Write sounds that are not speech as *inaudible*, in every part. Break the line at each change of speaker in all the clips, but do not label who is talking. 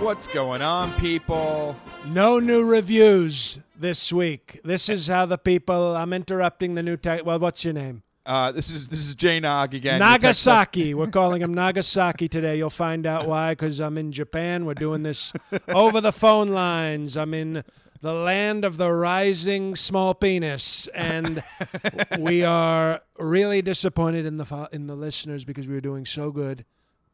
What's going on, people?
No new reviews this week. This is how the people. I'm interrupting the new tech. Well, what's your name?
Uh, this is this is Jay Nog again.
Nagasaki. We're calling him Nagasaki today. You'll find out why because I'm in Japan. We're
*laughs*
doing this over the phone lines. I'm in the land of the rising small penis,
*laughs*
and we are really disappointed in the fo- in the listeners because we were doing so good.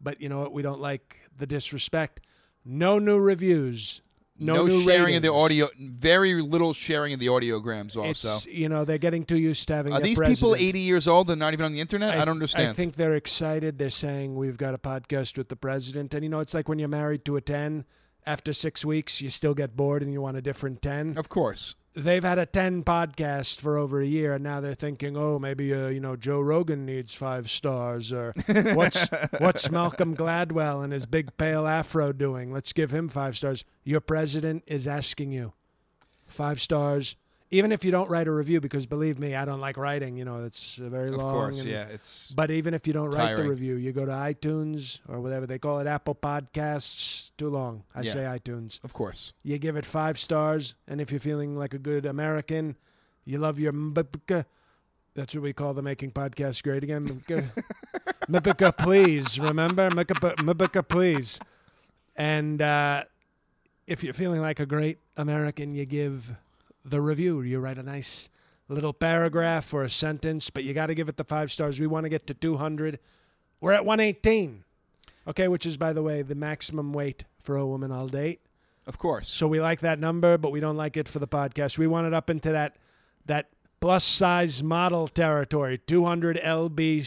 But you know what? We don't like the disrespect. No new reviews. No,
No,
new
sharing of the
ratings.
audio. Very little sharing of the audiograms.
It's
Also,
you know they're getting too used to having.
are
their
these people
president.
eighty years old and not even on the internet? I,
th-
don't understand.
I think they're excited. They're saying we've got a podcast with the president, and you know it's like when you're married to a ten. After six weeks, you still get bored and you want a different ten.
of course.
They've had a ten podcast for over a year, and now they're thinking, oh, maybe uh, you know Joe Rogan needs five stars, or
*laughs*
what's what's Malcolm Gladwell and his big pale afro doing? Let's give him five stars. Your president is asking you five stars. Even if you don't write a review, because believe me, I don't like writing. You know, it's uh, very
Of
long.
course.
and-
Yeah. It's
but even if you don't write the
Tiring.
review, you go to iTunes or whatever they call it, Apple Podcasts. Too long. I
Yeah.
say iTunes.
of course.
You give it five stars, and if you're feeling like a good American, you love your mbka. That's what we call the making podcasts great again. Mbka. Mbka, please remember mbka, mbka, please. And uh, if you're feeling like a great American, you give the review. You write a nice little paragraph or a sentence, but you got to give it the five stars. We want to get to 200. We're at 118. Okay, which is by the way the maximum weight for a woman I'll date.
Of course.
So we like that number, but we don't like it for the podcast. We want it up into that that plus size model territory. 200 LB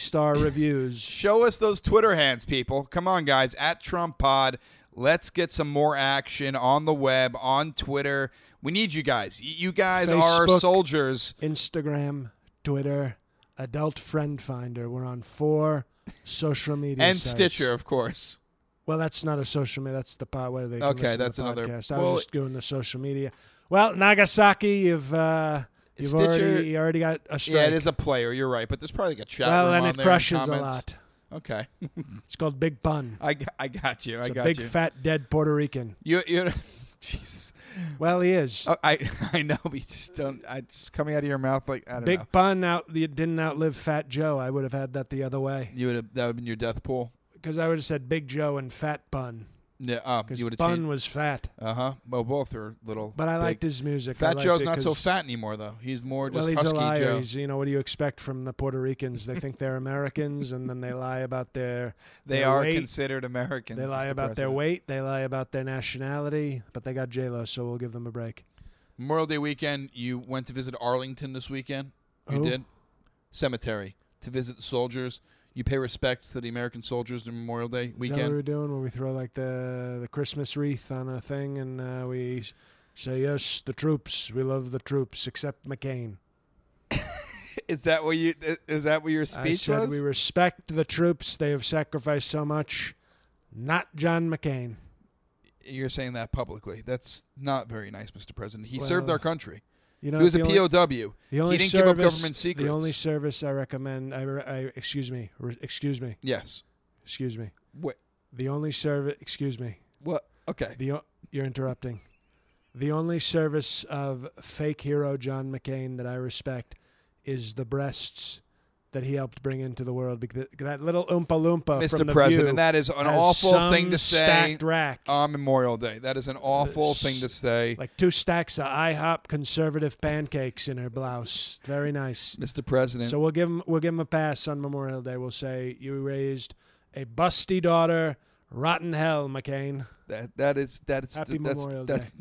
*coughs*
star reviews.
Show us those Twitter hands, people. Come on, guys. At Trump Pod. Let's get some more action on the web, on Twitter. We need you guys. Y- You guys are our
Facebook.
soldiers.
Instagram, Twitter, Adult Friend Finder. We're on four social media
And
sites.
Stitcher, of course.
Well, that's not a social media. That's the pod. Where they can
Okay,
listen to
that's
the
another-
Podcast. I
well-
was just doing the social media. Well, Nagasaki, you've uh, you've
Stitcher-
already you already got a strike.
Yeah, it is a player. You're right, but there's probably like a chat
well,
room
and
on
it
there
crushes a
comments.
lot.
Okay, *laughs*
It's called Big Pun.
I, g- I got you. I
It's a
got
big
you.
fat dead Puerto Rican.
you you *laughs* Jesus.
Well, he is.
Oh, I *laughs* I know. But you just don't. I just coming out of your mouth like I don't
Big
know.
pun out the didn't outlive Fat Joe. I would have had that the other way
You would have that would have been your death pool.
because I would have said Big Joe and Fat Pun
Yeah. Uh,
because
you would have
Pun
changed.
was fat.
Uh huh. Well, both are little.
But I
big.
liked his music. I
Fat
liked
Joe's
it
not so
'cause-
fat anymore though. He's more
Well,
just
he's a
husky
liar.
Joe.
He's, you know what do you expect from the Puerto Ricans? They think they're Americans and then they lie about
*laughs*
their
they
their
are
weight.
considered Americans.
they lie
Mr.
about their
President.
weight. They lie about their nationality. But they got J Lo, so we'll give them a break.
Memorial Day weekend. You went to visit Arlington this weekend. You
Who?
did. Cemetery to visit the soldiers. You pay respects to the American soldiers in Memorial Day
Is that what
weekend.
we're doing? Where we throw like the the Christmas wreath on a thing and uh, we s- say yes, the troops. We love the troops, except McCain.
Is that what you? Is that what your
I said we respect the troops. They have sacrificed so much. Not John McCain.
You're saying that publicly. That's not very nice, Mr. President. He
Well,
served our country.
You know,
he was
the
a
only-
POW.
the only
he didn't give up
service,
government secrets.
The only service I recommend. I, re- I excuse me. Re, excuse me.
yes.
Excuse me.
What?
The only service. Excuse me.
What? Okay.
The o- you're interrupting. The only service of fake hero John McCain that I respect is the breasts that he helped bring into the world. Because that little oompa loompa uh,
Mr.
from the
President,
View
that is an
has
awful
some
thing to say Um,
Stacked rack.
on Memorial Day. That is an awful
s-
thing to say.
like two stacks of IHOP conservative pancakes in her blouse. Very nice.
Mr. President,
So we'll give him we'll give him a pass on Memorial Day. We'll say you raised a busty daughter, rotten hell, McCain.
that that is that is
Happy
that's
Memorial
that's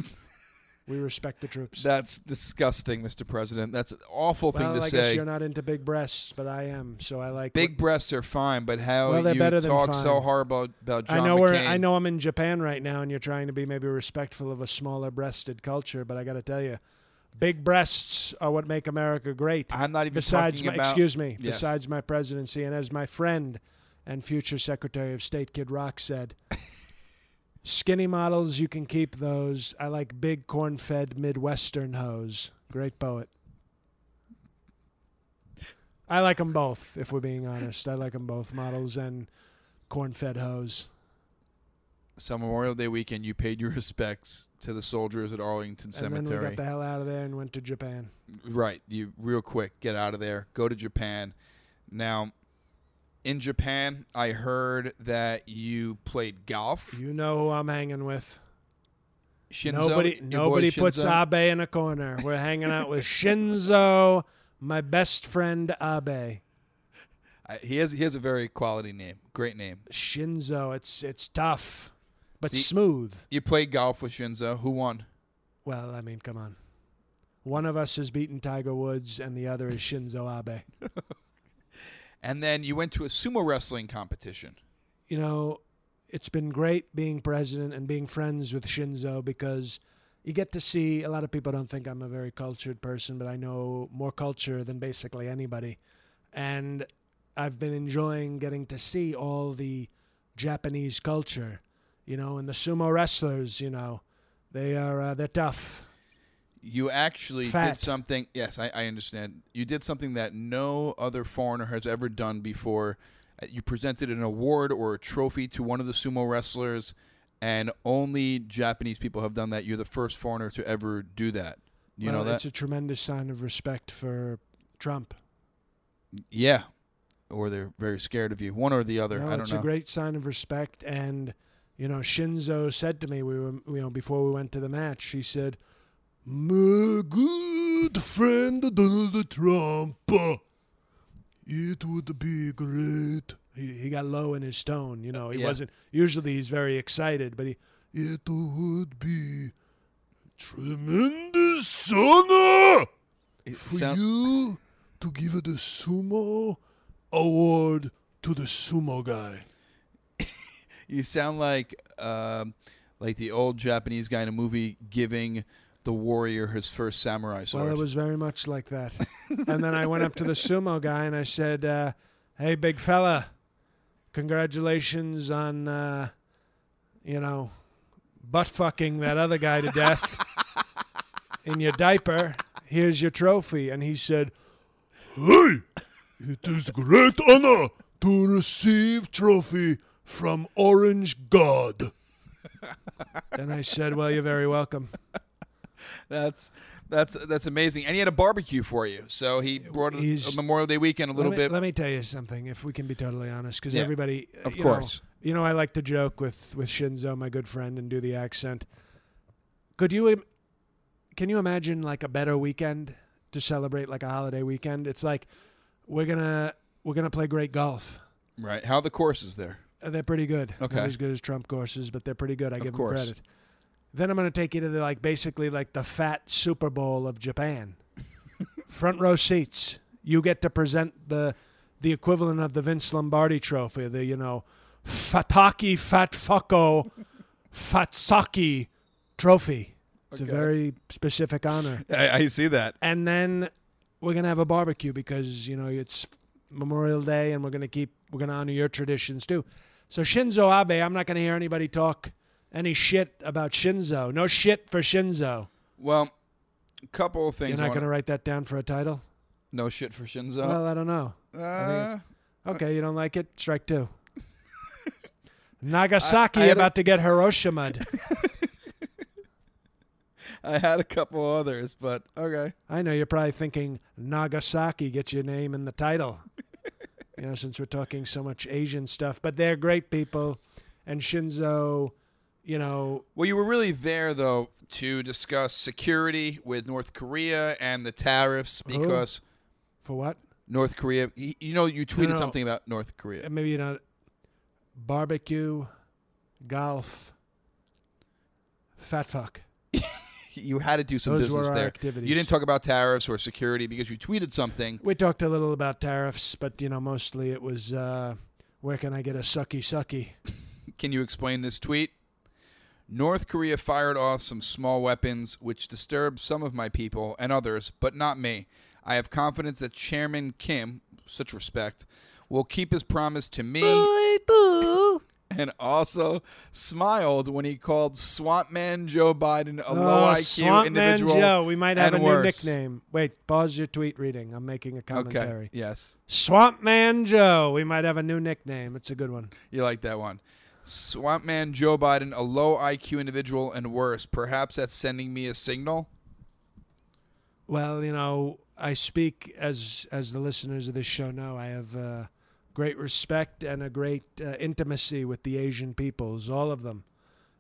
We respect the troops.
That's disgusting, Mr. President. That's an awful
well,
thing to
I guess
say.
you're not into big breasts, but I am, so I like
Big breasts are fine, but how
Well, they're
you
better than
talk so
fine.
hard about, about John
I know we're,
McCain?
I know I'm in Japan right now, and you're trying to be maybe respectful of a smaller breasted culture, but I got to tell you, big breasts are what make America great.
I'm not even
besides
talking
my,
about-
excuse me,
Yes.
besides my presidency, and as my friend and future Secretary of State Kid Rock said, skinny models you can keep those. I like big corn-fed Midwestern hoes. Great poet. I like them both, if we're being honest. I like them both, models and corn-fed hoes.
So Memorial Day weekend, you paid your *laughs* respects to the soldiers at Arlington
And then we
Cemetery.
got the hell out of there and went to Japan.
Right. You real quick get out of there. Go to Japan. Now, in Japan, I heard that you played golf.
You know who I'm hanging with.
Shinzo,
nobody
your boy
nobody puts
Shinzo?
Abe in a corner. We're hanging
*laughs*
out with Shinzo, my best friend Abe.
I- He has he has a very quality name. Great name.
Shinzo, it's it's tough, but
See-
smooth.
You played golf with Shinzo. Who won?
Well, I mean, come on. One of us has beaten Tiger Woods, and the other is Shinzo Abe.
And then you went to a sumo wrestling competition.
you know, it's been great being president and being friends with Shinzo because you get to see a lot of people don't think I'm a very cultured person, but I know more culture than basically anybody. And I've been enjoying getting to see all the Japanese culture, you know, and the sumo wrestlers, you know, they are uh, they're tough.
You actually did
Fat.
something. Yes, I, I understand. You did something that no other foreigner has ever done before. Uh, You presented an award or a trophy to one of the sumo wrestlers, and only Japanese people have done that. You're the first foreigner to ever do that. You
Well,
know that?
it's a tremendous sign of respect for Trump.
yeah. Or they're very scared of you. One or the other.
No,
I don't
it's
know.
a great sign of respect. And you know, Shinzo said to me, we were, you know, before we went to the match, he said, "My good friend Donald Trump, it would be great." He, he got low in his tone. You know, he
yeah.
wasn't. Usually, he's very excited, but he. It would be tremendous honor
It
for
sound-
you to give the sumo award to the sumo guy.
You sound like um, like the old Japanese guy in a movie giving the warrior his first samurai sword.
Well, it was very much like that. *laughs* and then I went up to the sumo guy and I said, uh, "Hey, big fella, congratulations on uh, you know butt fucking that other guy to *laughs* death in your diaper. Here's your trophy." And he said, "Hey, it is great honor to receive trophy from Orange God." and I said, "Well, you're very welcome."
That's that's that's amazing. And he had a barbecue for you. So he brought a,
He's-
a Memorial Day weekend a little
let me,
bit.
Let me tell you something, if we can be totally honest, because
Yeah,
everybody, uh,
of
you know-
course.
you know, I like to joke with with Shinzo, my good friend, and do the accent. Could you, im- can you imagine like a better weekend to celebrate like a holiday weekend? It's like we're gonna we're gonna play great golf.
right. How are the courses there?
Uh, They're pretty good.
Okay.
Not as good as Trump courses, but they're pretty good. I give
course.
them credit. Then I'm going to take you to the like basically like the fat Super Bowl
*laughs*
of Japan. Front row seats. You get to present the the equivalent of the Vince Lombardi trophy, the you know, Fataki
*laughs*
Fatfucko Fatsaki trophy. It's
Okay.
a very specific honor
I, I see that.
and then we're gonna have a barbecue because you know it's Memorial Day, and we're gonna keep we're gonna honor your traditions too. So Shinzo Abe, I'm not gonna hear anybody talk any shit about Shinzo. No shit for Shinzo.
Well, a couple of things.
You're
I
not
wanna-
gonna write that down for a title?
no shit for Shinzo. Uh,
Well, I don't know. I think Okay, you don't like it? Strike
*laughs*
two. Nagasaki
I had a-
about to get
*laughs*
Hiroshimaed.
I had a couple others, but okay.
I know you're probably thinking Nagasaki, get your name in the title. you know, since we're talking so much Asian stuff, but they're great people, and Shinzo, you know,
Well, you were really there though to discuss security with North Korea and the tariffs because
for what?
North Korea. y- You know, you tweeted
no.
something about North Korea.
And Uh, Maybe you know, barbecue, golf, fat fuck.
you had to do some
Those
business
were our
there.
activities.
You didn't talk about tariffs or security because you tweeted something.
We talked a little about tariffs, but you know, mostly it was uh, where can I get a
*laughs*
sucky sucky?
Can you explain this tweet? North Korea fired off some small weapons, which disturbed some of my people and others, but not me. I have confidence that Chairman Kim, such respect, will keep his promise to me. And also smiled when he called Swamp Man Joe Biden a low
Oh,
IQ
Swamp Man
individual.
Joe. We might have
and
a
worse.
new nickname. Wait, pause your tweet reading. I'm making a
Okay.
commentary.
Yes.
Swamp Man Joe. We might have a new nickname. It's a good one.
You like that one. Swamp Man Joe Biden, a low IQ individual and worse. Perhaps that's sending me a signal.
Well, you know, I speak as as the listeners of this show know. I have uh, great respect and a great uh, intimacy with the Asian peoples, all of them,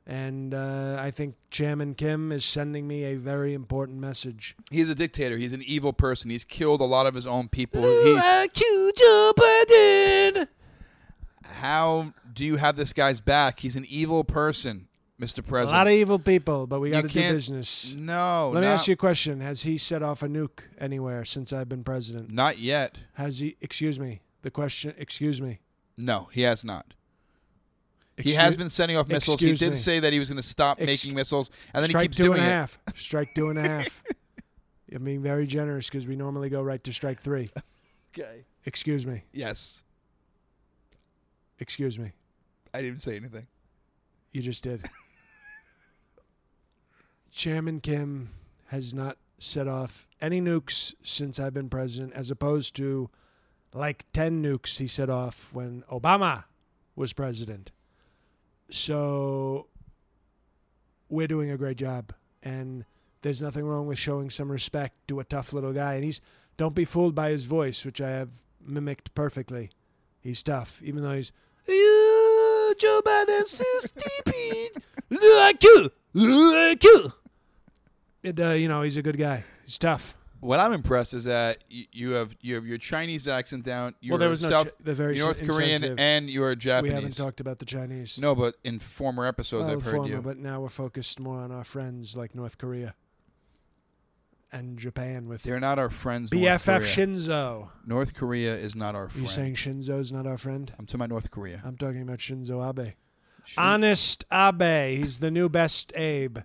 and uh, I think Chairman Kim is sending me a very important message.
He's a dictator. He's an evil person. He's killed a lot of his own people. He- how do you have this guy's back? He's an evil person, Mr.
A
President.
lot of evil people, but we
You
got to do
can't-
business.
no.
Let me
not-
ask you a question: Has he set off a nuke anywhere since I've been president?
Not yet.
Has he? Excuse me. The question. Excuse me.
No, he has not. He has
Excuse-
been sending off missiles.
excuse
he did
me.
say that he was going to stop
Ex-
making missiles, and then
Strike
he keeps
two
doing
and a
it. *laughs*
half. Strike two and a half. I'm being very generous because we normally go right to strike three.
Okay.
Excuse me.
Yes.
Excuse me.
I didn't say anything.
You just did. Chairman Kim has not set off any nukes since I've been president, as opposed to like 10 nukes he set off when Obama was president. So we're doing a great job. And there's nothing wrong with showing some respect to a tough little guy. And he's, don't be fooled by his voice, which I have mimicked perfectly. He's tough, even though he's
You, Joe Biden's stupid. Like you. Like you.
it, uh, you know, he's a good guy. He's tough.
What I'm impressed is that you, you have you have your Chinese accent down. You're
there was no
South,
Ch- they're very
you're North
sen-
Korean,
insensitive.
and you are
We
Japanese.
haven't talked about the Chinese.
no, but in former episodes,
well,
I've heard
Oh, former,
you.
but now we're focused more on our friends like North Korea and Japan with
They're not our friends. North
BFF
Korea.
Shinzo.
North Korea is not our
You
friend.
saying Shinzo's not our friend?
I'm talking about North Korea.
I'm talking about Shinzo Abe.
Shin-
Honest Abe. He's the new best Abe.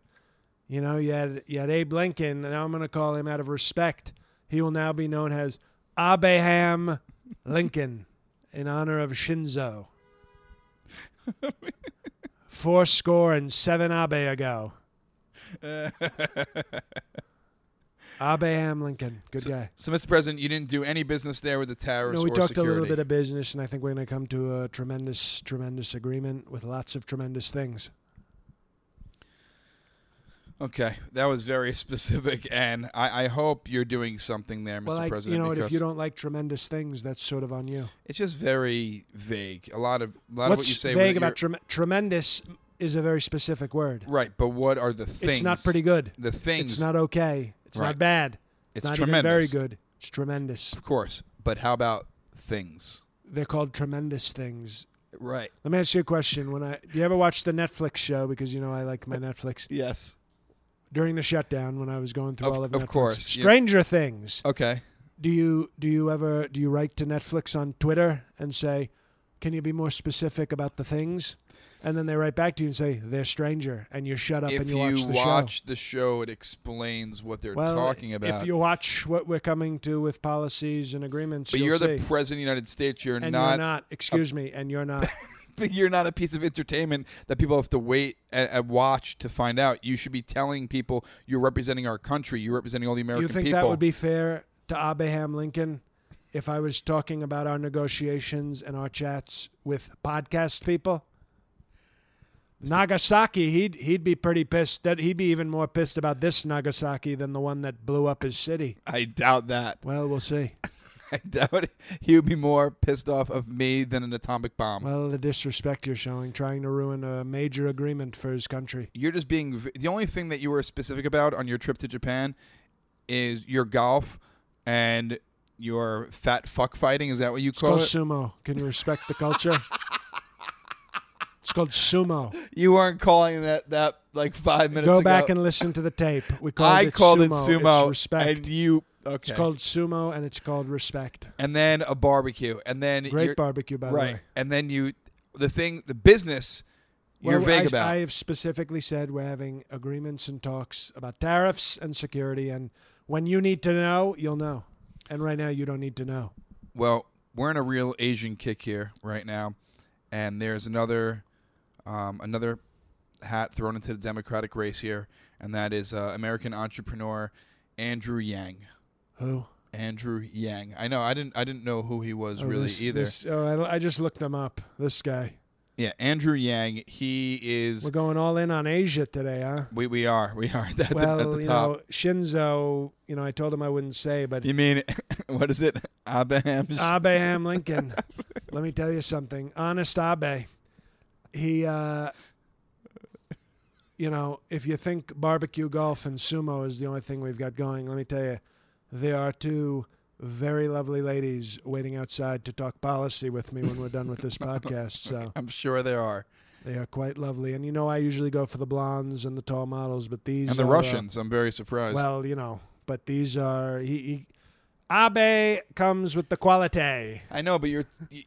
You know, you had, you had Abe Lincoln, and now I'm going to call him out of respect. He will now be known as Abeham Lincoln in honor
*laughs*
of Shinzo. Four score and seven Abe ago. Oh.
*laughs*
Abeham Lincoln. Good guy.
so, Mr. President, you didn't do any business there with the terrorists
No, we
or
talked
security.
a little bit of business, and I think we're going to come to a tremendous, tremendous agreement with lots of tremendous things.
okay, that was very *laughs* specific, and I, I hope you're doing something there, Mr.
well, I,
President.
you know, what, if
because
you don't like tremendous things, that's sort of on you.
it's just very vague. A lot of a lot
What's
of what you say.
vague
with
about
your-
trem- tremendous is a very specific word.
right, but what are the things?
It's not pretty good.
The things.
It's not okay. It's
Right.
not bad.
It's
not
tremendous.
even very good. It's tremendous.
Of course, but how about things?
They're called tremendous things.
Right.
Let me ask you a question. When I do you ever watch the Netflix show? Because you know I like my Netflix.
Yes.
During the shutdown, when I was going through
Of-
all of,
of
Netflix.
course, you-
Stranger Things.
Okay.
Do you do you ever do you write to Netflix on Twitter and say, "Can you be more specific about the things?" And then they write back to you and say, "They're stranger," and you shut up
if
and you,
you
watch the show.
watch the show, it explains what they're
Well,
talking about.
if you watch what we're coming to with policies and agreements,
but
you'll
you're the
see.
president of the United States. You're
and
not.
you're not. Excuse me, and you're not.
*laughs* You're not a piece of entertainment that people have to wait and, and watch to find out. You should be telling people you're representing our country. You're representing all the American
you think
people.
that would be fair to Abraham Lincoln if I was talking about our negotiations and our chats with podcast people? Nagasaki, he'd he'd be pretty pissed. That he'd be even more pissed about this Nagasaki than the one that blew up his city.
I doubt that. *laughs*
Well, we'll see.
I doubt he would be more pissed off of me than an atomic bomb.
Well, the disrespect you're showing, trying to ruin a major agreement for his country.
you're just being v- the only thing that you were specific about on your trip to Japan is your golf and your fat fuck fighting. Is that what you
It's
call
called
it?
sumo. Can you respect the culture? it's called sumo.
*laughs* You weren't calling that that like five minutes
Go
ago.
back and listen to the tape. We called
I
it
called
sumo.
it sumo,
It's respect.
and you okay?
It's called sumo and it's called respect.
and then a barbecue, and then
Great
you're-
barbecue, by the
right?
way.
And then you, the thing, the business, you're
Well,
vague
I,
about.
I have specifically said we're having agreements and talks about tariffs and security, and when you need to know, you'll know. And right now, you don't need to know.
well, we're in a real Asian kick here right now, and there's another, um, another hat thrown into the Democratic race here, and that is uh, American entrepreneur Andrew Yang.
Who
Andrew Yang. I know. I didn't. I didn't know who he was
Oh,
really
this-
either.
this- oh, I, I just looked them up. This guy.
Yeah, Andrew Yang. He is.
We're going all in on Asia today, huh?
we we are we are at the,
Well,
at the
you
top.
know, Shinzo. You know, I told him I wouldn't say, but
You mean *laughs* what is it? Abraham.
Abraham Lincoln. Let me tell you something. Honest Abe. He uh you know, if you think barbecue golf and sumo is the only thing we've got going, let me tell you, there are two very lovely ladies waiting outside to talk policy with me when we're done
*laughs*
with this podcast. So
I'm sure there are,
they are quite lovely. And you know, I usually go for the blondes and the tall models, but these
and the
are, uh,
Russians. I'm very surprised.
well, you know, but these are he, he Abe comes with the quality.
I know, but you're, you,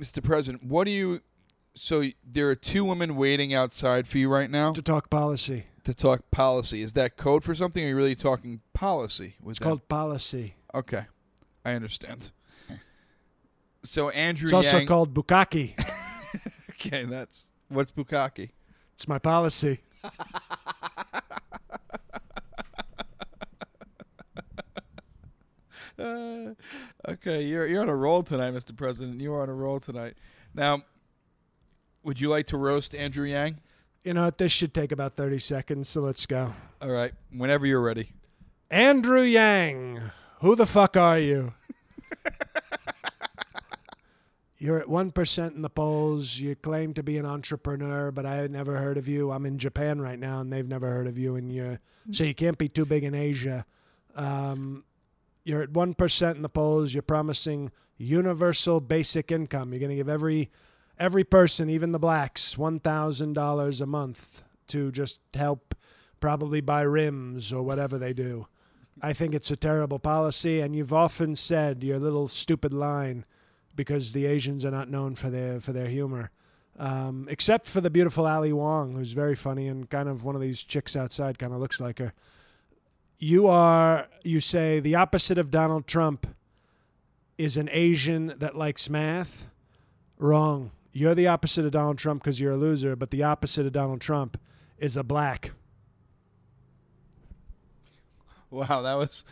Mr. President. What do you? So there are two women waiting outside for you right now to,
to talk policy.
talk policy. Is that code for something? Or are you really talking policy? With
It's
them?
called policy.
okay. I understand. So Andrew
It's also
Yang.
called bukkake.
okay, that's what's bukkake.
It's my policy.
Uh, *laughs* okay, you're you're on a roll tonight, Mr. President. You are on a roll tonight. Now, would you like to roast Andrew Yang?
You know what? This should take about 30 seconds, so let's go.
All right, whenever you're ready.
Andrew Yang, who the fuck are you? *laughs* You're at 1% in the polls. You claim to be an entrepreneur, but I had never heard of you. I'm in Japan right now, and they've never heard of you. And you so you can't be too big in Asia. Um, you're at 1% in the polls. You're promising universal basic income. You're going to give every every person, even the blacks, $1,000 a month to just help probably buy rims or whatever they do. I think it's a terrible policy, and you've often said your little stupid line because the Asians are not known for their for their humor, um, except for the beautiful Ali Wong, who's very funny and kind of one of these chicks outside, kind of looks like her. You are you say the opposite of Donald Trump is an Asian that likes math. Wrong. You're the opposite of Donald Trump because you're a loser, but the opposite of Donald Trump is a black.
Wow, that was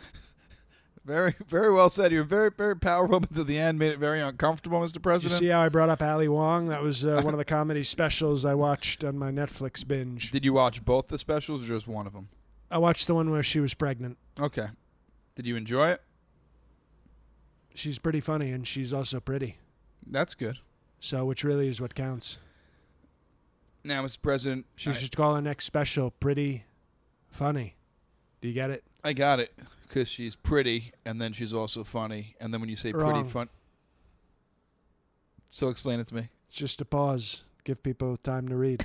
*laughs* very very well said. You were very very powerful, but to the end made it very uncomfortable, Mr.
Did you
President.
see how I brought up Ali Wong? That was uh, one of the *laughs* comedy specials I watched on my Netflix binge.
Did you watch both the specials or just one of them?
I watched the one where she was pregnant.
Okay. Did you enjoy it?
She's pretty funny and she's also pretty.
That's good.
So, which really is what counts.
Now, Mr. President,
She
I,
should call her next special Pretty Funny. Do you get it?
I got it because she's pretty, and then she's also funny, and then when you say
Wrong.
pretty fun, so explain it to me.
It's just a pause. Give people time to read.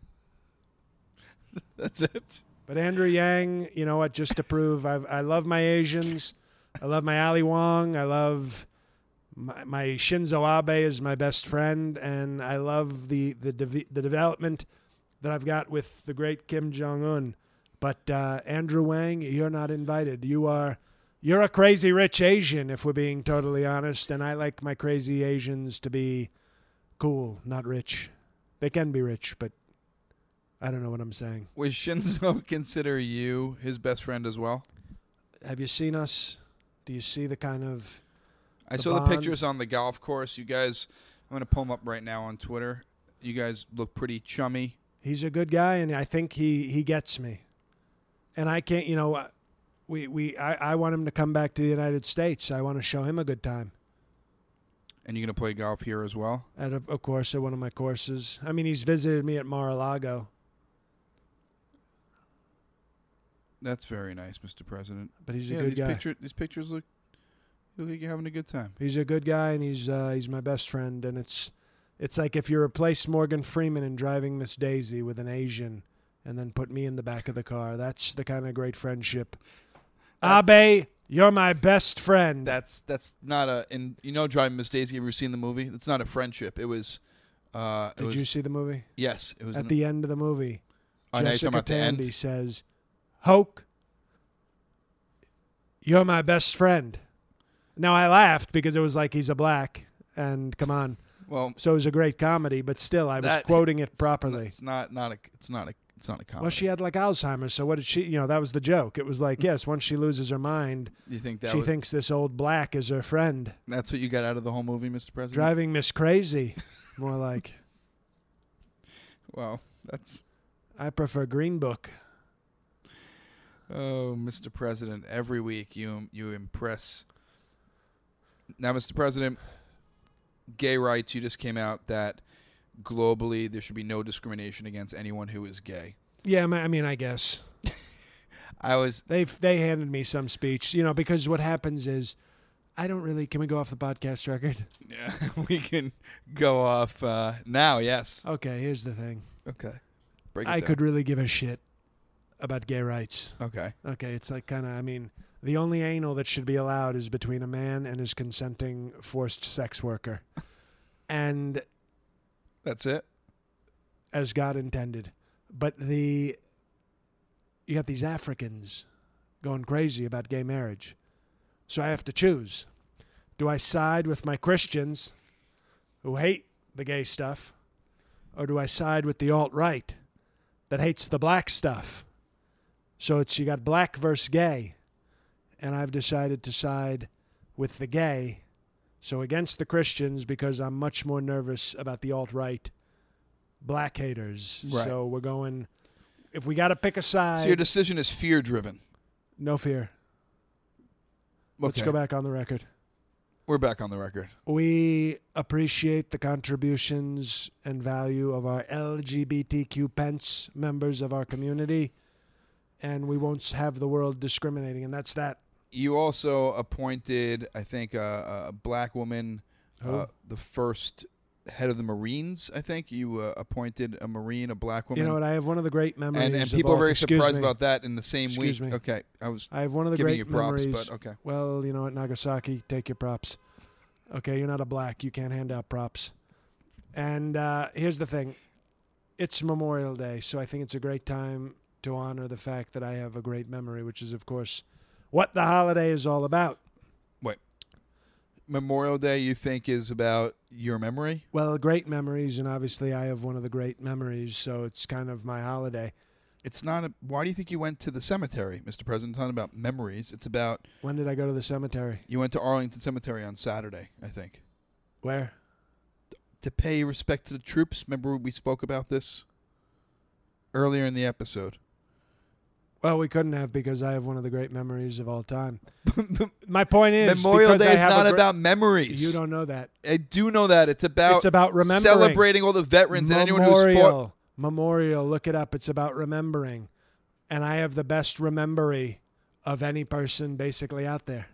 *laughs* That's it.
But Andrew Yang, you know what? Just to prove, I've, I love my Asians. I love my Ali Wong. I love my, my Shinzo Abe is my best friend, and I love the the deve- the development that I've got with the great Kim Jong Un. But uh, Andrew Wang, you're not invited. You are you're a crazy rich Asian, if we're being totally honest. And I like my crazy Asians to be cool, not rich. They can be rich, but I don't know what I'm saying.
Would Shinzo *laughs* consider you his best friend as well?
have you seen us? Do you see the kind of
I
The
saw
bond.
the pictures on the golf course. You guys, I'm going to pull them up right now on Twitter. You guys look pretty chummy.
he's a good guy and I think he he gets me. And I can't, you know, I- we we I, I want him to come back to the United States. I want to show him a good time.
And you're going to play golf here as well?
At of of course at one of my courses. I mean, he's visited me at Mar-a-Lago,
That's very nice, Mr. President.
but he's a
yeah,
good
these,
guy.
picture, these pictures look, you look like you're having a good time.
He's a good guy and he's uh, he's my best friend and it's It's like if you replace Morgan Freeman in Driving Miss Daisy with an Asian and then put me in the back of the car. That's the kind of great friendship. Abe, you're my best friend.
That's that's not a and you know driving Miss Daisy. Have you seen the movie? It's not a friendship. It was. Uh, it
Did
was,
you see the movie?
Yes, it was
At
an-
the end of the movie,
Oh, now you're talking
Jessica
about the
Tandy
end?
says, Hoke, you're my best friend. Now, I laughed because it was like he's a black, and come on.
Well,
So it was a great comedy, but still, I was
That-
quoting it
it's not-
properly.
It's not not a it's not a it's not a comedy.
Well, she had like Alzheimer's, so what did she? You know, that was the joke. It was like, yes, once she loses her mind,
you think that
she
was,
thinks this old black is her friend.
that's what you got out of the whole movie, Mr. President?
Driving Miss Crazy, more like
Wow, that's
I prefer Green Book.
oh, Mr. President. Every week you you impress. Now, Mr. President, gay rights. You just came out that globally there should be no discrimination against anyone who is gay.
Yeah, I mean, I guess
I was *laughs*
they they handed me some speech, you know, because what happens is I don't really. Can we go off the podcast record?
Yeah, we can go off uh, now. Yes.
Okay, here's the thing.
Okay. Break it
I
down.
could really give a shit about gay rights.
Okay.
Okay, it's like kind of. I mean, the only anal that should be allowed is between a man and his consenting forced sex worker, and
That's it.
as God intended. But the you got these Africans going crazy about gay marriage. So I have to choose. Do I side with my Christians who hate the gay stuff or do I side with the alt right that hates the black stuff? So it's you got black versus gay and I've decided to side with the gay so against the Christians because I'm much more nervous about the alt right black haters.
Right.
So we're going if we got to pick a side
So your decision is fear driven.
no fear. Let's go back on the record.
We're back on the record.
We appreciate the contributions and value of our LGBTQ pence members of our community, and we won't have the world discriminating. And that's that.
You also appointed, I think, a, a black woman, uh, the first head of the Marines. I think you uh, appointed a Marine, a black woman.
You know what? I have one of the great memories.
and, and
of
people are
all-
very
excuse
surprised
me.
about that in the same
Excuse
week.
me.
Okay, I was
I have one of the
giving
great
you props,
memories.
but okay.
Well, you know what, Nagasaki, take your props. Okay, you're not a black. You can't hand out props. And uh, here's the thing it's Memorial Day, so I think it's a great time to honor the fact that I have a great memory, which is, of course, what the holiday is all about.
Memorial Day, you think is about your memory?
Well, great memories, and obviously I have one of the great memories, so it's kind of my holiday.
It's not. A, why do you think you went to the cemetery, Mr. President? Talking about memories. It's about
When did I go to the cemetery?
you went to Arlington Cemetery on Saturday, I think,
Where?
to pay respect to the troops. Remember we spoke about this earlier in the episode.
Well, we couldn't have because I have one of the great memories of
*laughs*
all time. My point is
Memorial
because
Day
I
is
have a
not
gr-
about memories.
You don't know that.
I do know that it's about
It's about remembering.
celebrating all the veterans and anyone who's fought.
Memorial. Memorial. Look it up. It's about remembering. And I have the best memory of any person basically out there.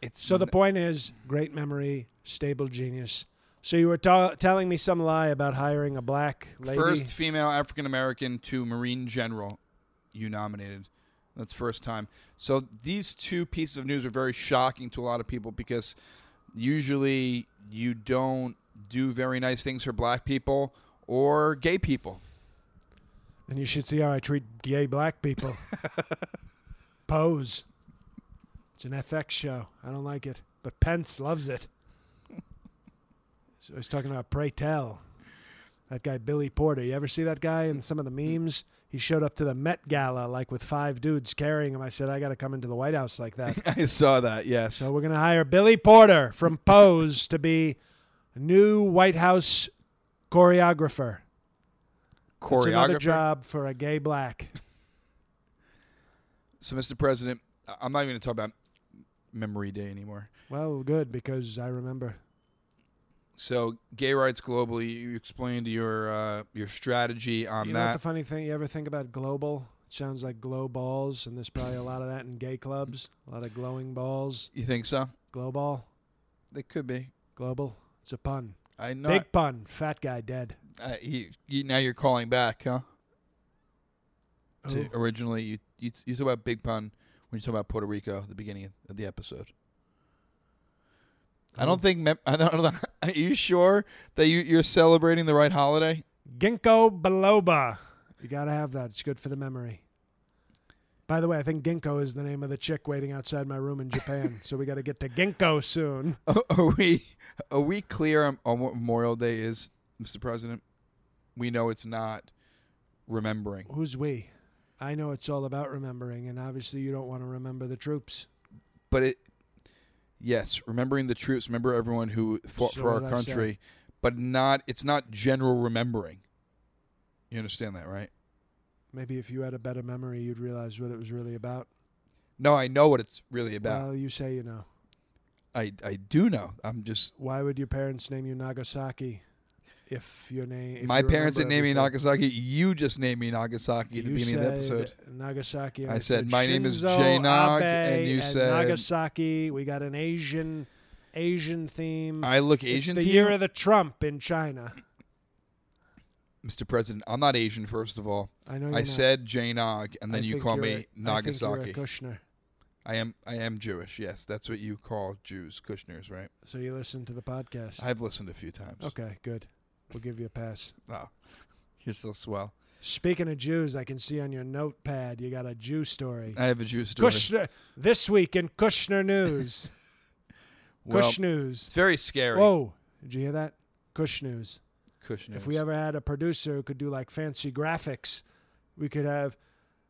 It's
So the point is great memory, stable genius. So you were ta- telling me some lie about hiring a black lady.
first female African American to Marine General you nominated. That's first time. So these two pieces of news are very shocking to a lot of people because usually you don't do very nice things for black people or gay people. *laughs*
And you should see how I treat gay black people. Pose. It's an FX show. I don't like it, but Pence loves it. So he's talking about Pray Tell. That guy Billy Porter. You ever see that guy in some of the memes? He showed up to the Met Gala like with five dudes carrying him. I said, I got to come into the White House like that.
*laughs* I saw that. Yes.
So we're going to hire Billy Porter from Pose to be new White House choreographer. It's another
Choreographer.
job for a gay black.
So Mr. President, I- I'm not even going to talk about Memory Day anymore.
Well, good because I remember.
So gay rights globally, you explained your uh, your strategy on
you know what
that.
the funny thing? You ever think about global? It sounds like glow balls, and there's probably a lot of that in gay clubs. A lot of glowing balls.
you think so?
Glow ball,
They could be.
global. It's a pun.
I know.
Big pun. Fat guy dead.
I, you, you, now you're calling back, huh? To
Who?
originally, you, you you talk about Big Pun when you talk about Puerto Rico at the beginning of the episode. I don't think. Mem- *laughs* I don't, I don't know. Are you sure that you you're celebrating the right holiday?
Ginkgo biloba. You gotta have that. It's good for the memory. By the way, I think ginkgo is the name of the chick waiting outside my room in
*laughs*
Japan. so we gotta get to ginkgo soon.
Are, *laughs* are we are we clear on, on what Memorial Day is, Mr. President? We know it's not remembering.
Who's we? I know it's all about remembering, and obviously you don't want to remember the troops.
but it yes remembering the troops remember everyone who fought
So
for our
what I said.
country but not it's not general remembering you understand that right
Maybe if you had a better memory, you'd realize what it was really about.
no i know what it's really about
Well, you say you know.
i i do know i'm just
Why would your parents name you Nagasaki if your name?
my parents didn't name me nagasaki you just named me nagasaki at the beginning of the episode
Nagasaki.
I said, "My name is Jay Nog," and you said-
Nagasaki. We got an Asian, Asian theme.
i look
It's
asian
the
to
year
you?
of the Trump in China.
mr president i'm not asian first of all
I know. You're
i
not.
said jay nog and then
I
you
think
call
you're
me
a- I think you're a
nagasaki
Kushner.
i am i am jewish yes that's what you call jews kushners right
So you listen to the podcast.
i've listened a few times
okay, good. We'll give you a pass.
Oh, *laughs* you're so swell.
Speaking of Jews, I can see on your notepad you got a Jew story.
I have a Jew story.
Kushner this week in Kushner news.
*laughs* Well,
Kush news.
It's very scary.
Whoa! Did you hear that? Kush news.
Kushner.
If we ever had a producer who could do like fancy graphics, we could have.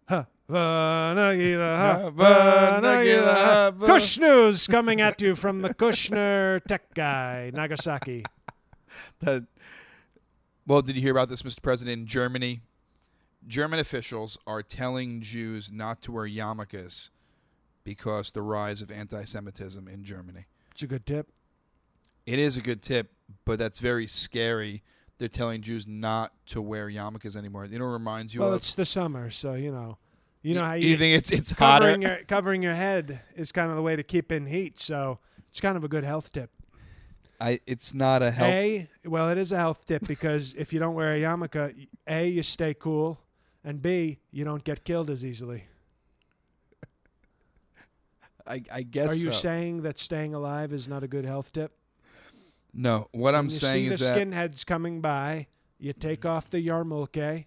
Havana Gila, Havana Gila, Havana. Kush news coming at you from the Kushner tech guy, Nagasaki.
that, well, did you hear about this, Mr. President? In Germany, German officials are telling Jews not to wear yarmulkes because the rise of anti-Semitism in Germany.
It's a good tip.
It is a good tip, but that's very scary. They're telling Jews not to wear yarmulkes anymore. You know, what it reminds you E
Well,
of.
it's the summer, so you know, you know how
you, think it's it's hotter.
covering your covering your head is kind of the way to keep in heat. So it's kind of a good health tip.
I, it's not a help.
A, well, it is a health tip because if you don't wear a yarmulke, A, you stay cool, and B, you don't get killed as easily.
I, I guess.
Are
so.
you saying that staying alive is not a good health tip?
No. What I'm
When you
saying
see
is
the
that
skinheads coming by, you take off the yarmulke,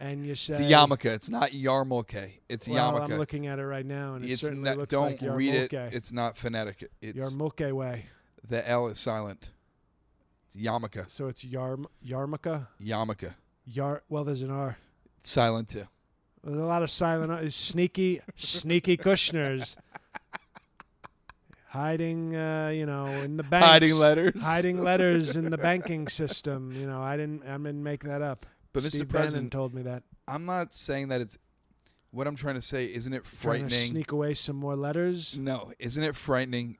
and you say,
It's a yarmulke. It's not yarmulke. It's
Well,
yarmulke.
I'm looking at it right now, and it
it's
certainly
not,
looks
don't
like
read it.
yarmulke.
It's not phonetic. It's
yarmulke way.
the L is silent. It's yarmulke.
So it's yarm yarmulke.
Yarmulke.
Yar. Well, there's an R.
It's silent too.
There's a lot of silent, uh, sneaky, sneaky Kushners hiding, uh, you know, in the banks,
Hiding letters.
hiding letters in the banking system. You know, I didn't, I didn't make that up.
But Mr.
Steve Bannon
President,
told me that.
I'm not saying that it's. What I'm trying to say isn't it
Trying to
frightening?
sneak away some more letters.
No, isn't it frightening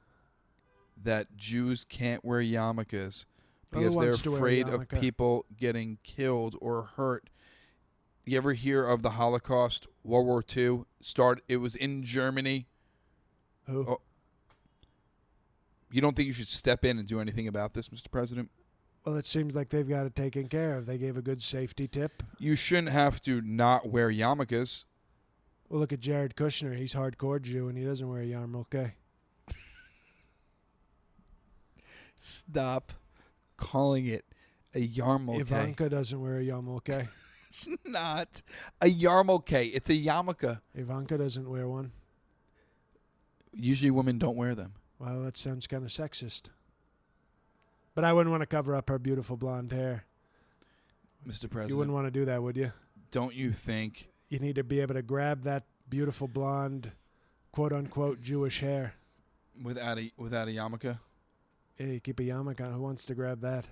that Jews can't wear yarmulkes
Who
because they're
wants to wear a
afraid of
yarmulke?
people getting killed or hurt. You ever hear of the Holocaust, World War II? Start. It was in Germany.
Who?
Oh. You don't think you should step in and do anything about this, Mr. President?
Well, it seems like they've got it taken care of. They gave a good safety tip.
You shouldn't have to not wear yarmulkes.
Well, look at Jared Kushner. He's hardcore Jew, and he doesn't wear a yarmulke.
Stop calling it a yarmulke.
Ivanka doesn't wear a yarmulke.
*laughs* It's not a yarmulke. It's a yarmulke.
Ivanka doesn't wear one.
Usually women don't wear them.
Well, that sounds kind of sexist. But I wouldn't want to cover up her beautiful blonde hair.
Mr.
You wouldn't
President,
want to do that, would you?
don't you think
You need to be able to grab that beautiful blonde, quote unquote, Jewish hair.
without a without a yarmulke,
Hey, keep a yarmulke on. Who wants to grab that?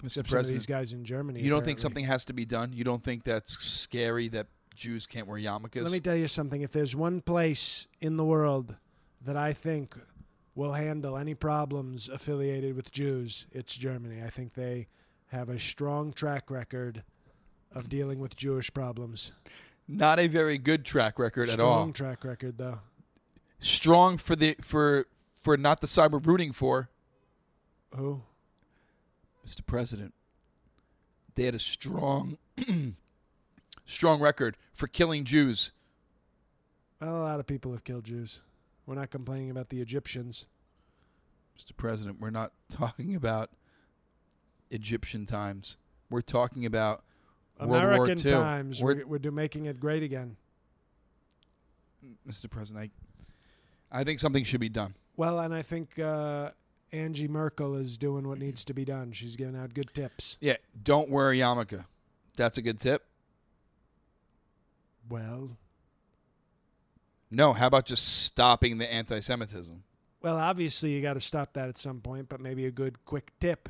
Mr.
Except some of these
President,
guys in Germany.
you don't think
apparently.
something has to be done? You don't think that's scary that Jews can't wear yarmulkes?
Let me tell you something. If there's one place in the world that I think will handle any problems affiliated with Jews, it's Germany. I think they have a strong track record of dealing with Jewish problems.
Not a very good track record at all.
Strong track record, though.
strong for the for for not the side we're rooting for.
Who?
Mr. President, they had a strong, *clears throat* strong record for killing Jews.
Well, a lot of people have killed Jews. We're not complaining about the Egyptians.
Mr. President, we're not *laughs* talking about Egyptian times. We're talking about
American
World War II.
times.
We're-
We're, we're do, making it great again.
Mr. President, I, I think something should be done.
Well, and I think uh, Angie Merkel is doing what needs to be done. She's giving out good tips.
Yeah, don't wear a yarmulke. That's a good tip.
Well,
No, how about just stopping the anti-Semitism?
well, obviously you got to stop that at some point. But maybe a good quick
*laughs*
tip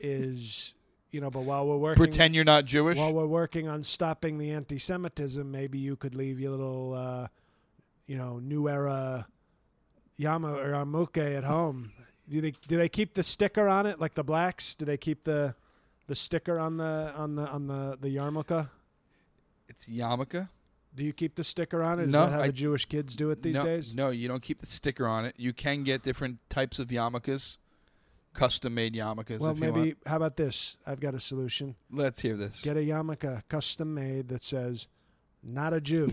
is, you know, but while we're working,
Pretend you're not Jewish.
while we're working on stopping the anti-Semitism, maybe you could leave your little, uh, you know, new era yama or yarmulke at home. Do they do they keep the sticker on it like the blacks? Do they keep the the sticker on the on the on the the yarmulke?
it's yarmulke.
Do you keep the sticker on it? Is
No,
that how
I-
the Jewish kids do it these
no,
days?
No, you don't keep the sticker on it. You can get different types of yarmulkes, custom-made yarmulkes
well,
if you want.
maybe how about this? I've got a solution.
Let's hear this.
Get a yarmulke custom made that says "Not a Jew."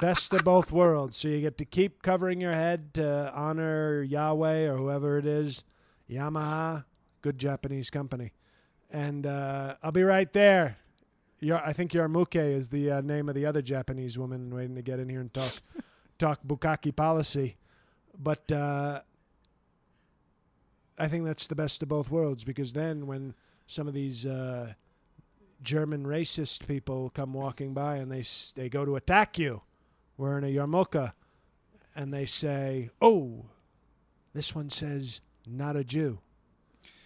Best of both worlds. So you get to keep covering your head to honor Yahweh or whoever it is. Yamaha, good Japanese company, and uh, I'll be right there. Yar- I think Yarmuke is the uh, name of the other Japanese woman waiting to get in here and talk talk bukkake policy, but uh, I think that's the best of both worlds because then when some of these uh, German racist people come walking by and they s- they go to attack you, wearing a yarmulke, and they say, "Oh, this one says not a Jew."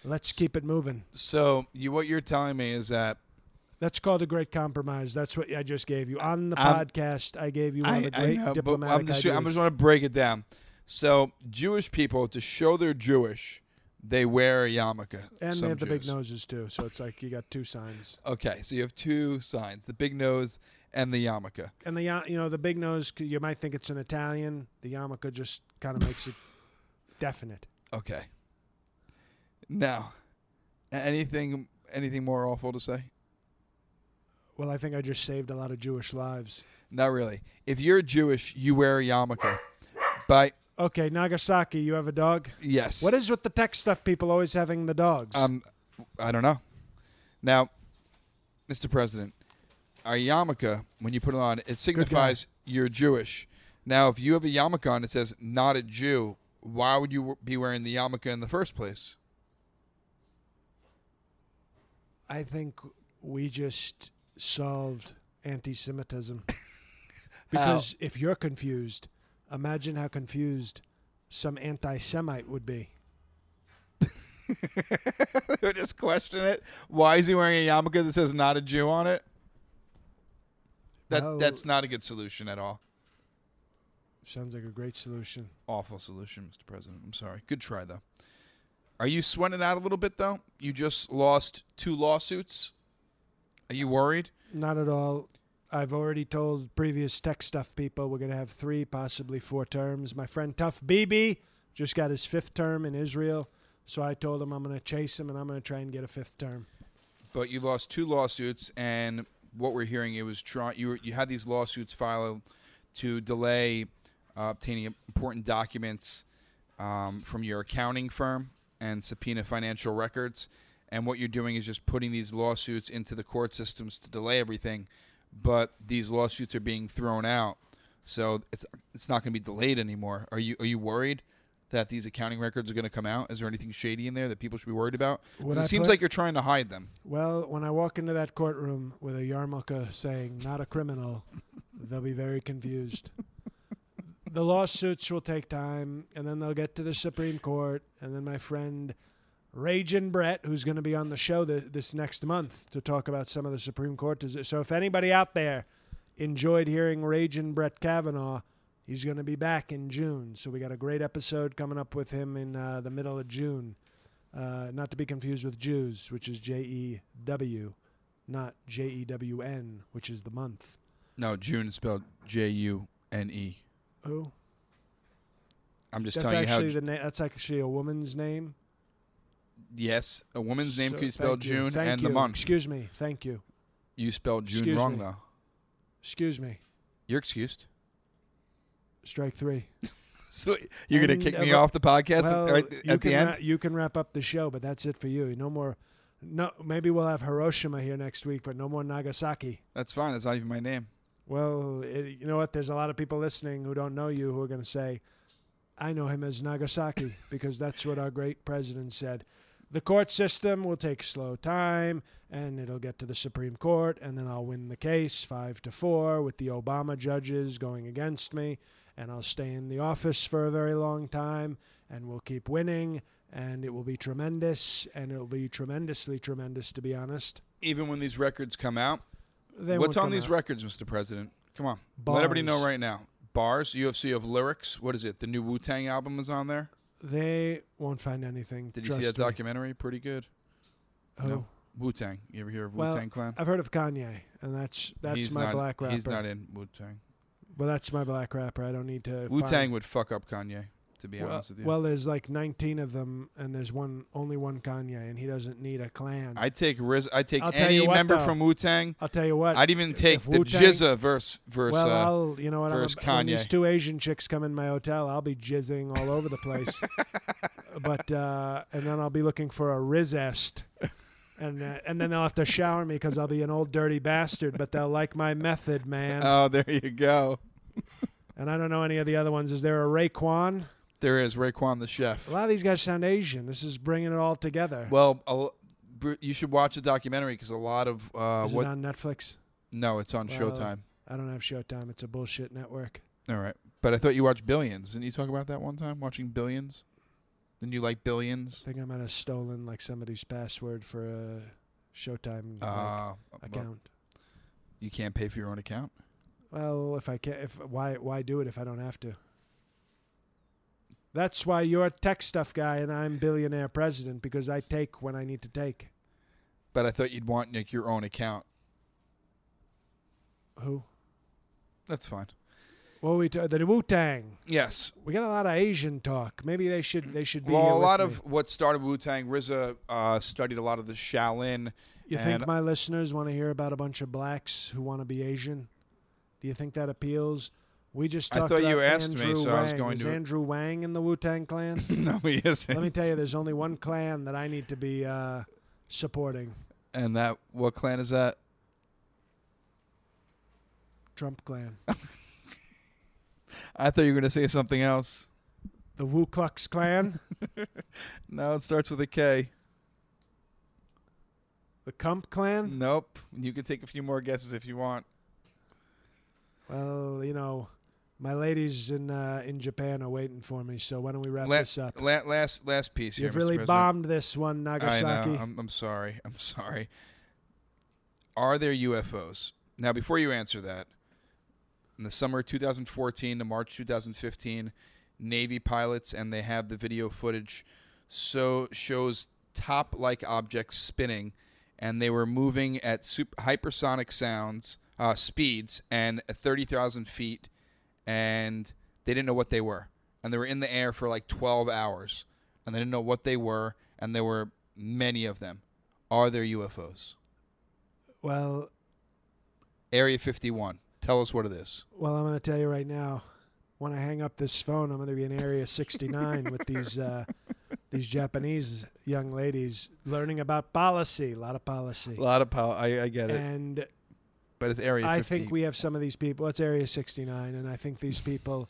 Let's keep it moving.
So, you what you're telling me is that
That's called a great compromise. That's what I just gave you on the
I'm-
podcast. I gave you one of the great
know, but
diplomatic
I'm just,
ideas.
I'm just want to break it down. So, Jewish people to show they're Jewish, they wear a yarmulke.
and they
some
have the big
Jews.
noses too, so it's like you got two signs.
Okay, so you have two signs: the big nose and the yarmulke.
and the ya- you know the big nose c- you might think it's an Italian. The yarmulke just kind of makes it definite.
Okay. Now, a- anything anything more awful to say?
Well, I think I just saved a lot of Jewish lives.
Not really. If you're Jewish, you wear a yarmulke. By
Okay, Nagasaki, you have a dog.
yes.
What is with the tech stuff? People always having the dogs.
Um, I don't know. Now, Mr. President, our yarmulke, when you put it on, it signifies you're Jewish. Now, if you have a yarmulke on, it says not a Jew. Why would you w- be wearing the yarmulke in the first place?
I think we just solved anti-Semitism because if you're confused, imagine how confused some anti-Semite would be.
*laughs* Just question it. Why is he wearing a yarmulke that says not a Jew on it? That
Well-
that's not a good solution at all.
Sounds like a great solution.
Awful solution, Mr. President. I'm sorry. Good try though. Are you sweating out a little bit though? You just lost two lawsuits. Are you worried?
Not at all. I've already told previous tech stuff people we're going to have three, possibly four terms. My friend Tough BB just got his fifth term in Israel. So I told him I'm going to chase him and I'm going to try and get a fifth term.
But you lost two lawsuits, and what we're hearing it was try- you were, you had these lawsuits filed to delay uh, obtaining important documents um, from your accounting firm and subpoena financial records. And what you're doing is just putting these lawsuits into the court systems to delay everything. But these lawsuits are being thrown out, so it's it's not going to be delayed anymore. Are you are you worried? That these accounting records are going to come out. Is there anything shady in there that people should be worried about? 'Cause
Would I
It seems
put-
like you're trying to hide them.
Well, when I walk into that courtroom with a yarmulke saying not a criminal, they'll be very confused. the lawsuits will take time, and then they'll get to the Supreme Court, and then my friend Ragin Brett, who's going to be on the show th- this next month to talk about some of the Supreme Court. desi- So if anybody out there enjoyed hearing Ragin Brett Kavanaugh, he's going to be back in June. So we got a great episode coming up with him in uh, the middle of June. Uh, not to be confused with Jews, which is J E W, not J E W N, which is the month.
No, June is spelled J U N E.
Oh,
I'm just
that's
telling you how
actually the name. That's actually a woman's name.
Yes, a woman's name
So,
could spell
thank you.
June
Thank
and
you.
the month.
Excuse me. Thank you.
you spelled June
Excuse
wrong
me.
though.
Excuse me.
You're
*laughs*
excused.
Strike three.
So you're gonna
And,
kick
uh,
me
but-
off the podcast
well,
right
you
at
can
the end.
Ra- you can wrap up the show, but that's it for you. No more. No, maybe we'll have Hiroshima here next week, but no more Nagasaki.
That's fine. That's not even my name.
Well, it, you know what? There's a lot of people listening who don't know you who are going to say, I know him as
*laughs*
Nagasaki because that's what our great president said. The court system will take slow time and it'll get to the Supreme Court, and then I'll win the case five to four with the Obama judges going against me, and I'll stay in the office for a very long time, and we'll keep winning, and it will be tremendous, and it'll be tremendously tremendous, to be honest.
Even when these records come out,
They
what's
won't
on
come
these
out.
records, Mr. President? Come on, let everybody know
Bars.
right now. Bars, UFC of lyrics. What is it? The new Wu Tang album is on there.
They won't find anything.
Did you see
trust
that
me.
documentary? Pretty good.
Who?
No. Wu Tang. You ever hear of Wu
Well,
Tang Clan?
I've heard of Kanye, and that's that's
he's
my
not,
black rapper.
He's not in Wu Tang.
well, that's my black rapper. I don't need to.
Wu Tang
find-
would fuck up Kanye. To be
Well,
honest with you,
well, there's like 19 of them, and there's one only one Kanye, and he doesn't need a clan. I,
I take Riz. I take
I'll tell
any
you what,
member
though.
from Wu Tang.
will tell you what.
I'd even take
if
the
Wu-Tang-
Jizza verse verse.
well,
uh,
I'll you know what? I'm
versus
a, when these
Kanye.
two Asian chicks come in my hotel, I'll be jizzing all over
*laughs*
the place. but uh, and then I'll be looking for a rizest. And, uh, and then they'll have to shower me because I'll be an old dirty bastard, but they'll like my method, man.
*laughs* oh, there you go.
and I don't know any of the other ones. Is there a Raekwon?
There is Raekwon the chef.
A lot of these guys sound Asian. This is bringing it all together.
Well, a l- Bru- you should watch the documentary because a lot of uh,
is
what?
it on Netflix?
no, it's on
Well-
Showtime.
I don't have Showtime. It's a bullshit network.
All right, but I thought you watched Billions. Didn't you talk about that one time? Watching Billions. Then you like Billions.
I think I might have stolen like somebody's password for a Showtime like,
Uh, well,
account.
you can't pay for your own account.
Well, if I can't, if why why do it if I don't have to? That's why you're a tech stuff guy and I'm billionaire president because I take when I need to take.
But I thought you'd want like your own account.
Who?
That's fine.
What were we ta- the Wu Tang?
Yes.
We got a lot of Asian talk. Maybe they should they should be.
Well,
here
a
with
lot
me.
of what started Wu Tang, RZA uh, studied a lot of the Shaolin. *laughs*
You
and-
think my listeners want to hear about a bunch of blacks who want to be Asian? Do you think that appeals? We just
I
talked
thought
about
you asked me,
Andrew
so
Wang.
I was going
Is
to-
Andrew Wang in the Wu
*laughs*
Tang Clan?
no, he isn't.
Let me tell you, there's only one clan that I need to be uh, supporting:
And that what clan is that?
Trump Clan,
I thought you were going to say something else.
the Wu Klux Clan,
No, it starts with a K.
the Kump Clan.
Nope. You can take a few more guesses if you want.
Well, you know, my ladies in uh, in Japan are waiting for me. So why don't we wrap
La-
this up?
la- last last piece.
You've
here, Mr.
really
President.
bombed this one,
I
Nagasaki.
know. I'm, I'm sorry. *laughs* I'm sorry. Are there UFOs? Now, before you answer that, in the summer of 2014 to March 2015, Navy pilots, and they have the video footage, so shows top like objects spinning, and they were moving at super, hypersonic sounds, uh, speeds, and at 30,000 feet, and they didn't know what they were. And they were in the air for like 12 hours, and they didn't know what they were, and there were many of them. Are there UFOs?
well,
Area 51. Tell us what it is.
Well, I'm going to tell you right now. When I hang up this phone, I'm going to be in Area 69 with these
*laughs*
uh, these Japanese young ladies learning about policy, a lot of policy.
lot of power. I, I get
And
But it's Area
Eh, I think we have some of these people. It's Area 69, and I think these people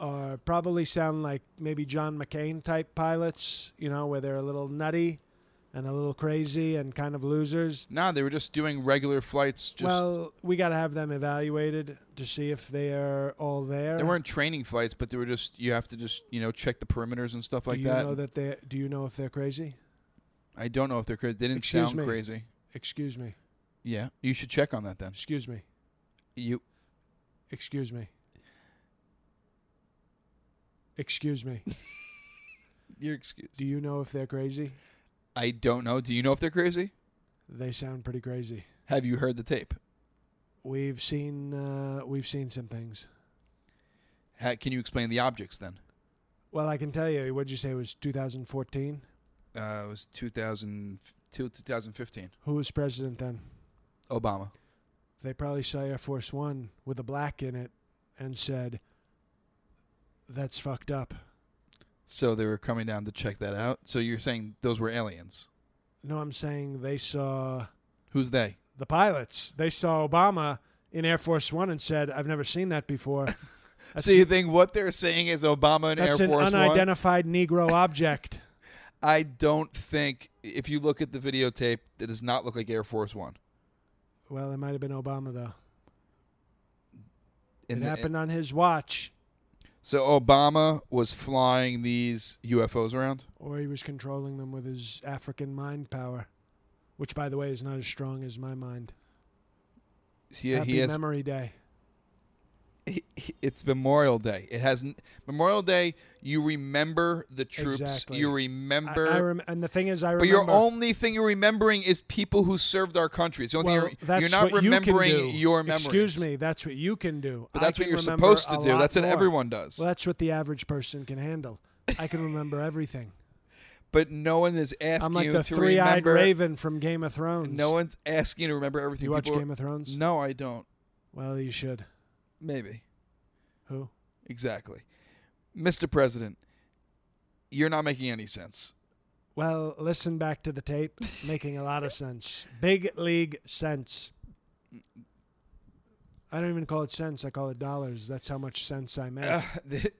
are probably sound like maybe John McCain type pilots, you know, where they're a little nutty and a little crazy and kind of losers.
No, they were just doing regular flights. Just
well, we got to have them evaluated to see if they are all there.
They weren't training flights, but they were just, you have to just, you know, check the perimeters and stuff like
do you
that.
know that they? Do you know if they're crazy?
I don't know if they're crazy. They didn't
Excuse
sound
me.
crazy.
Excuse me.
Yeah. You should check on that then.
Excuse me.
You.
Excuse me.
*laughs*
Excuse me.
You're excused.
Do you know if they're crazy?
I don't know. Do you know if they're crazy?
They sound pretty crazy.
Have you heard the tape?
We've seen uh, we've seen some things.
Ha- can you explain the objects then?
Well, I can tell you. What'd you say it was 2014?
Uh, it was 2000, to 2015.
Who was president then?
Obama.
They probably saw Air Force One with a black in it and said, that's fucked up.
So they were coming down to check that out. So you're saying those were aliens?
No, I'm saying they saw
Who's they?
the pilots. They saw Obama in Air Force One and said, I've never seen
*laughs*
that before. That's-
so you think what they're saying is Obama and Air
That's an
Force One?
unidentified Negro object.
I don't think if you look at the videotape, it does not look like Air Force One.
Well, it might have been Obama though.
In
it
the-
happened on his watch,
so Obama was flying these UFOs around.
or he was controlling them with his African mind power, which, by the way, is not as strong as my mind.
He,
Happy
he has.
Memory Day.
he- he- it's Memorial Day. It hasn't Memorial Day. You remember the troops.
Exactly.
You
I-
remember.
I, rem- and the thing is, I
but your
remember.
only thing you're remembering is people who served our country. It's the only
well,
thing you're,
that's
you're not
what
remembering
you can do.
your memories.
Excuse me, that's what you can do.
But
I
that's what
can
you're
remember
supposed to
a
do.
lot
That's what
more.
everyone does.
Well, that's what the average person can handle. I can
*laughs*
remember everything.
but no one is asking
I'm like
you
the
to
three-eyed
remember.
raven from Game of Thrones.
No one's asking you to remember everything.
you watch
People are-
Game of Thrones?
No, I don't.
Well, you should.
Maybe
Who?
exactly, Mr. President. You're not making any sense.
Well, listen back to
*laughs*
the tape, making a lot of sense. Big league sense. I don't even call it sense. I call it dollars. That's how much sense I make.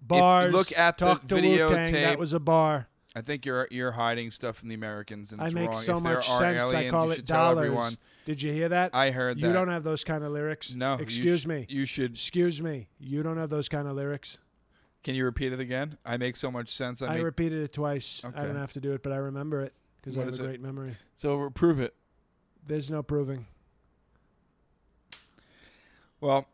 Bars.
look at the
talk to Wu-Tang,
videotape-
That was a bar.
I think you're you're hiding stuff from the Americans, and
I
it's
make
wrong.
so
if there
much
are
sense.
aliens,
I call
you
it
should tell
dollars.
everyone.
Did you hear that?
I heard
you
that.
don't have those kind of lyrics.
No, you
Excuse
sh-
me.
You should.
Excuse me. You don't have those kind of lyrics.
Can you repeat it again? I make so much sense. I,
I
make,
repeated it twice. I
Okay.
don't have to do it, but I remember it because I
What
have
is
a
it?
great memory.
so prove it.
There's no proving.
Well,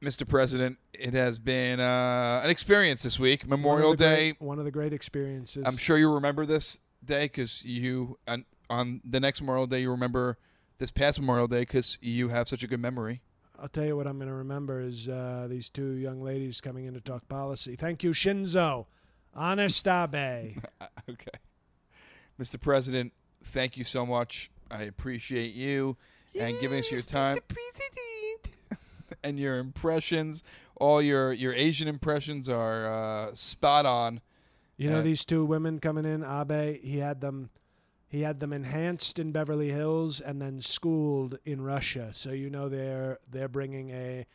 Mr. President, it has been uh, an experience this week,
One of
Memorial
the
Day.
great- one of the great experiences.
I'm sure you remember this day because you on, on the next Memorial Day you remember this past Memorial Day because you have such a good memory.
I'll tell you what I'm going to remember is uh, these two young ladies coming in to talk policy. Thank you, Shinzo. Anestabe.
*laughs* Okay, Mr. President, thank you so much. I appreciate you and giving us your time *laughs* and your impressions. All your your Asian impressions are uh, spot on.
You know
Uh,
these two women coming in, Abe, he had them he had them enhanced in Beverly Hills and then schooled in Russia. So you know they're they're bringing a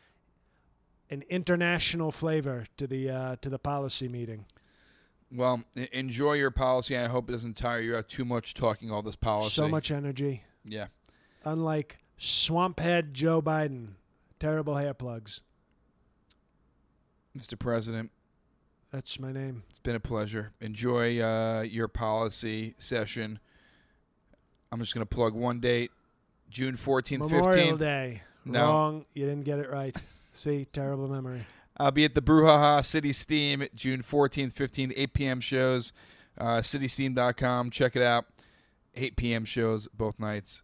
an international flavor to the uh, to the policy meeting.
Well, e- enjoy your policy. and I hope it doesn't tire you out too much talking all this policy.
So much energy.
Yeah.
Unlike swamphead Joe Biden, terrible hair plugs.
Mr. President,
That's my name.
it's been a pleasure. Enjoy uh, your policy session. I'm just going to plug one date June 14th,
Memorial
15th.
Day.
No.
Wrong. You didn't get it right. See, terrible memory.
I'll Uh, be at the Brouhaha City Steam June 14th, 15th, 8 p.m. shows. Uh, citysteam.com. Check it out. 8 p.m. shows both nights.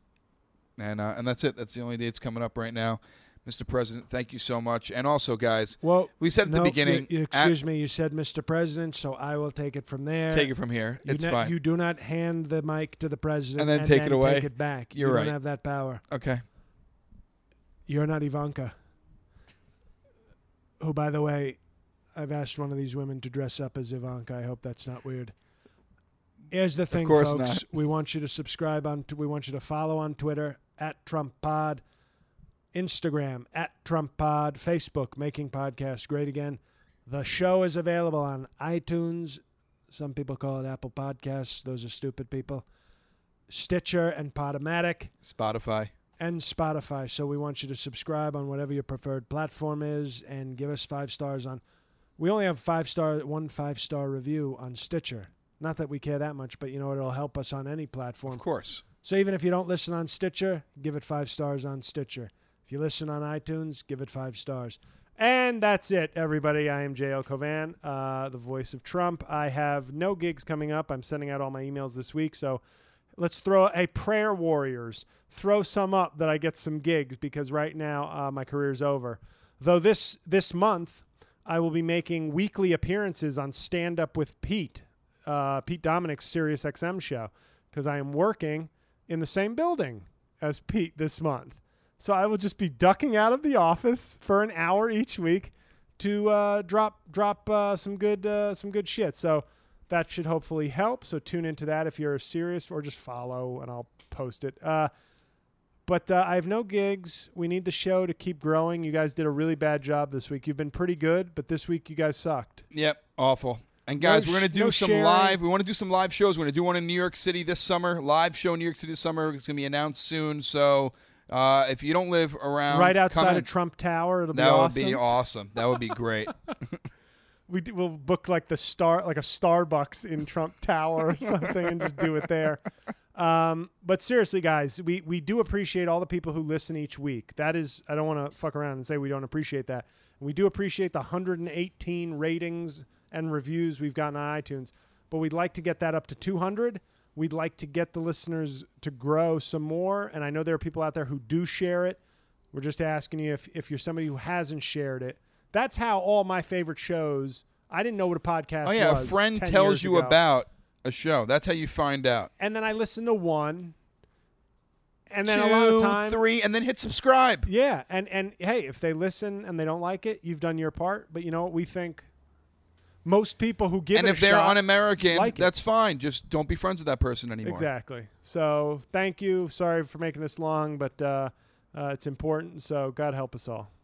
And, uh, and that's it. That's the only dates coming up right now. Mr. President, thank you so much. And also, guys,
Well,
we said at the
no,
beginning,
you- you-
at-
excuse me. You said Mr. President, so I will take it from there.
take it from here.
You
it's
ne-
fine.
You do not hand the mic to the president
And then take it away?
Take it back.
You're
you
right.
don't have that power.
okay.
You're not Ivanka. Who, by the way, I've asked one of these women to dress up as Ivanka. I hope that's not weird. Here's the thing,
course
folks.
not.
We want you to subscribe on. T- we want you to follow on Twitter at Trump Pod, Instagram at Trump Pod, Facebook Making Podcasts Great Again. The show is available on iTunes. Some people call it Apple Podcasts. Those are stupid people. Stitcher and Podomatic
Spotify.
and Spotify. So we want you to subscribe on whatever your preferred platform is and give us five stars on. We only have five star one five star review on Stitcher. Not that we care that much, but you know it'll help us on any
Of
platform.
course.
So even if you don't listen on Stitcher, give it five stars on Stitcher. If you listen on iTunes, give it five stars. And that's it, everybody. I am J.L. Covan, uh, the voice of Trump. I have no gigs coming up. I'm sending out all my emails this week. So let's throw a prayer warriors. Throw some up that I get some gigs because right now uh, my career's over. Though this this month I will be making weekly appearances on Stand Up with Pete. uh, Pete Dominic's Sirius XM show because I am working in the same building as Pete this month. So I will just be ducking out of the office for an hour each week to uh, drop drop uh, some good uh, some good shit. So that should hopefully help. So tune into that if you're serious, or just follow and I'll post it. Uh, but uh, I have no gigs. We need the show to keep growing. You guys did a really bad job this week. You've been pretty good, but this week you guys sucked.
Yep, awful. And guys,
No
we're gonna
sh-
do
no
some
sharing.
live. We want to do some live shows. We're gonna do one in New York City this summer. Live show in New York City this summer. It's gonna be announced soon. So uh, if you don't live around,
right
come
outside
in.
of Trump Tower, it'll
Um, that
be
would
awesome.
be awesome. That would be
*laughs*
great.
we do, we'll book like the star like a Starbucks in Trump Tower or something and just do it there. Um, but seriously, guys, we we do appreciate all the people who listen each week. That is, I don't want to fuck around and say we don't appreciate that. We do appreciate the 118 ratings and reviews we've gotten on iTunes, but we'd like to get that up to 200. We'd like to get the listeners to grow some more, and I know there are people out there who do share it. We're just asking you if, if you're somebody who hasn't shared it. That's how all my favorite shows. I didn't know what a podcast
Oh yeah, a
was
friend
10
tells
years
you
ago.
about a show. That's how you find out.
And then I listened to one. And then
Two,
a lot of time.
three, and then hit subscribe.
Yeah. And, and hey, if they listen and they don't like it, you've done your part. But you know what? We think most people who give
and
it
if
a
they're
shot,
un-American,
like it.
that's fine. Just don't be friends with that person anymore.
Exactly. So thank you. Sorry for making this long, but uh, uh, it's important. So God help us all.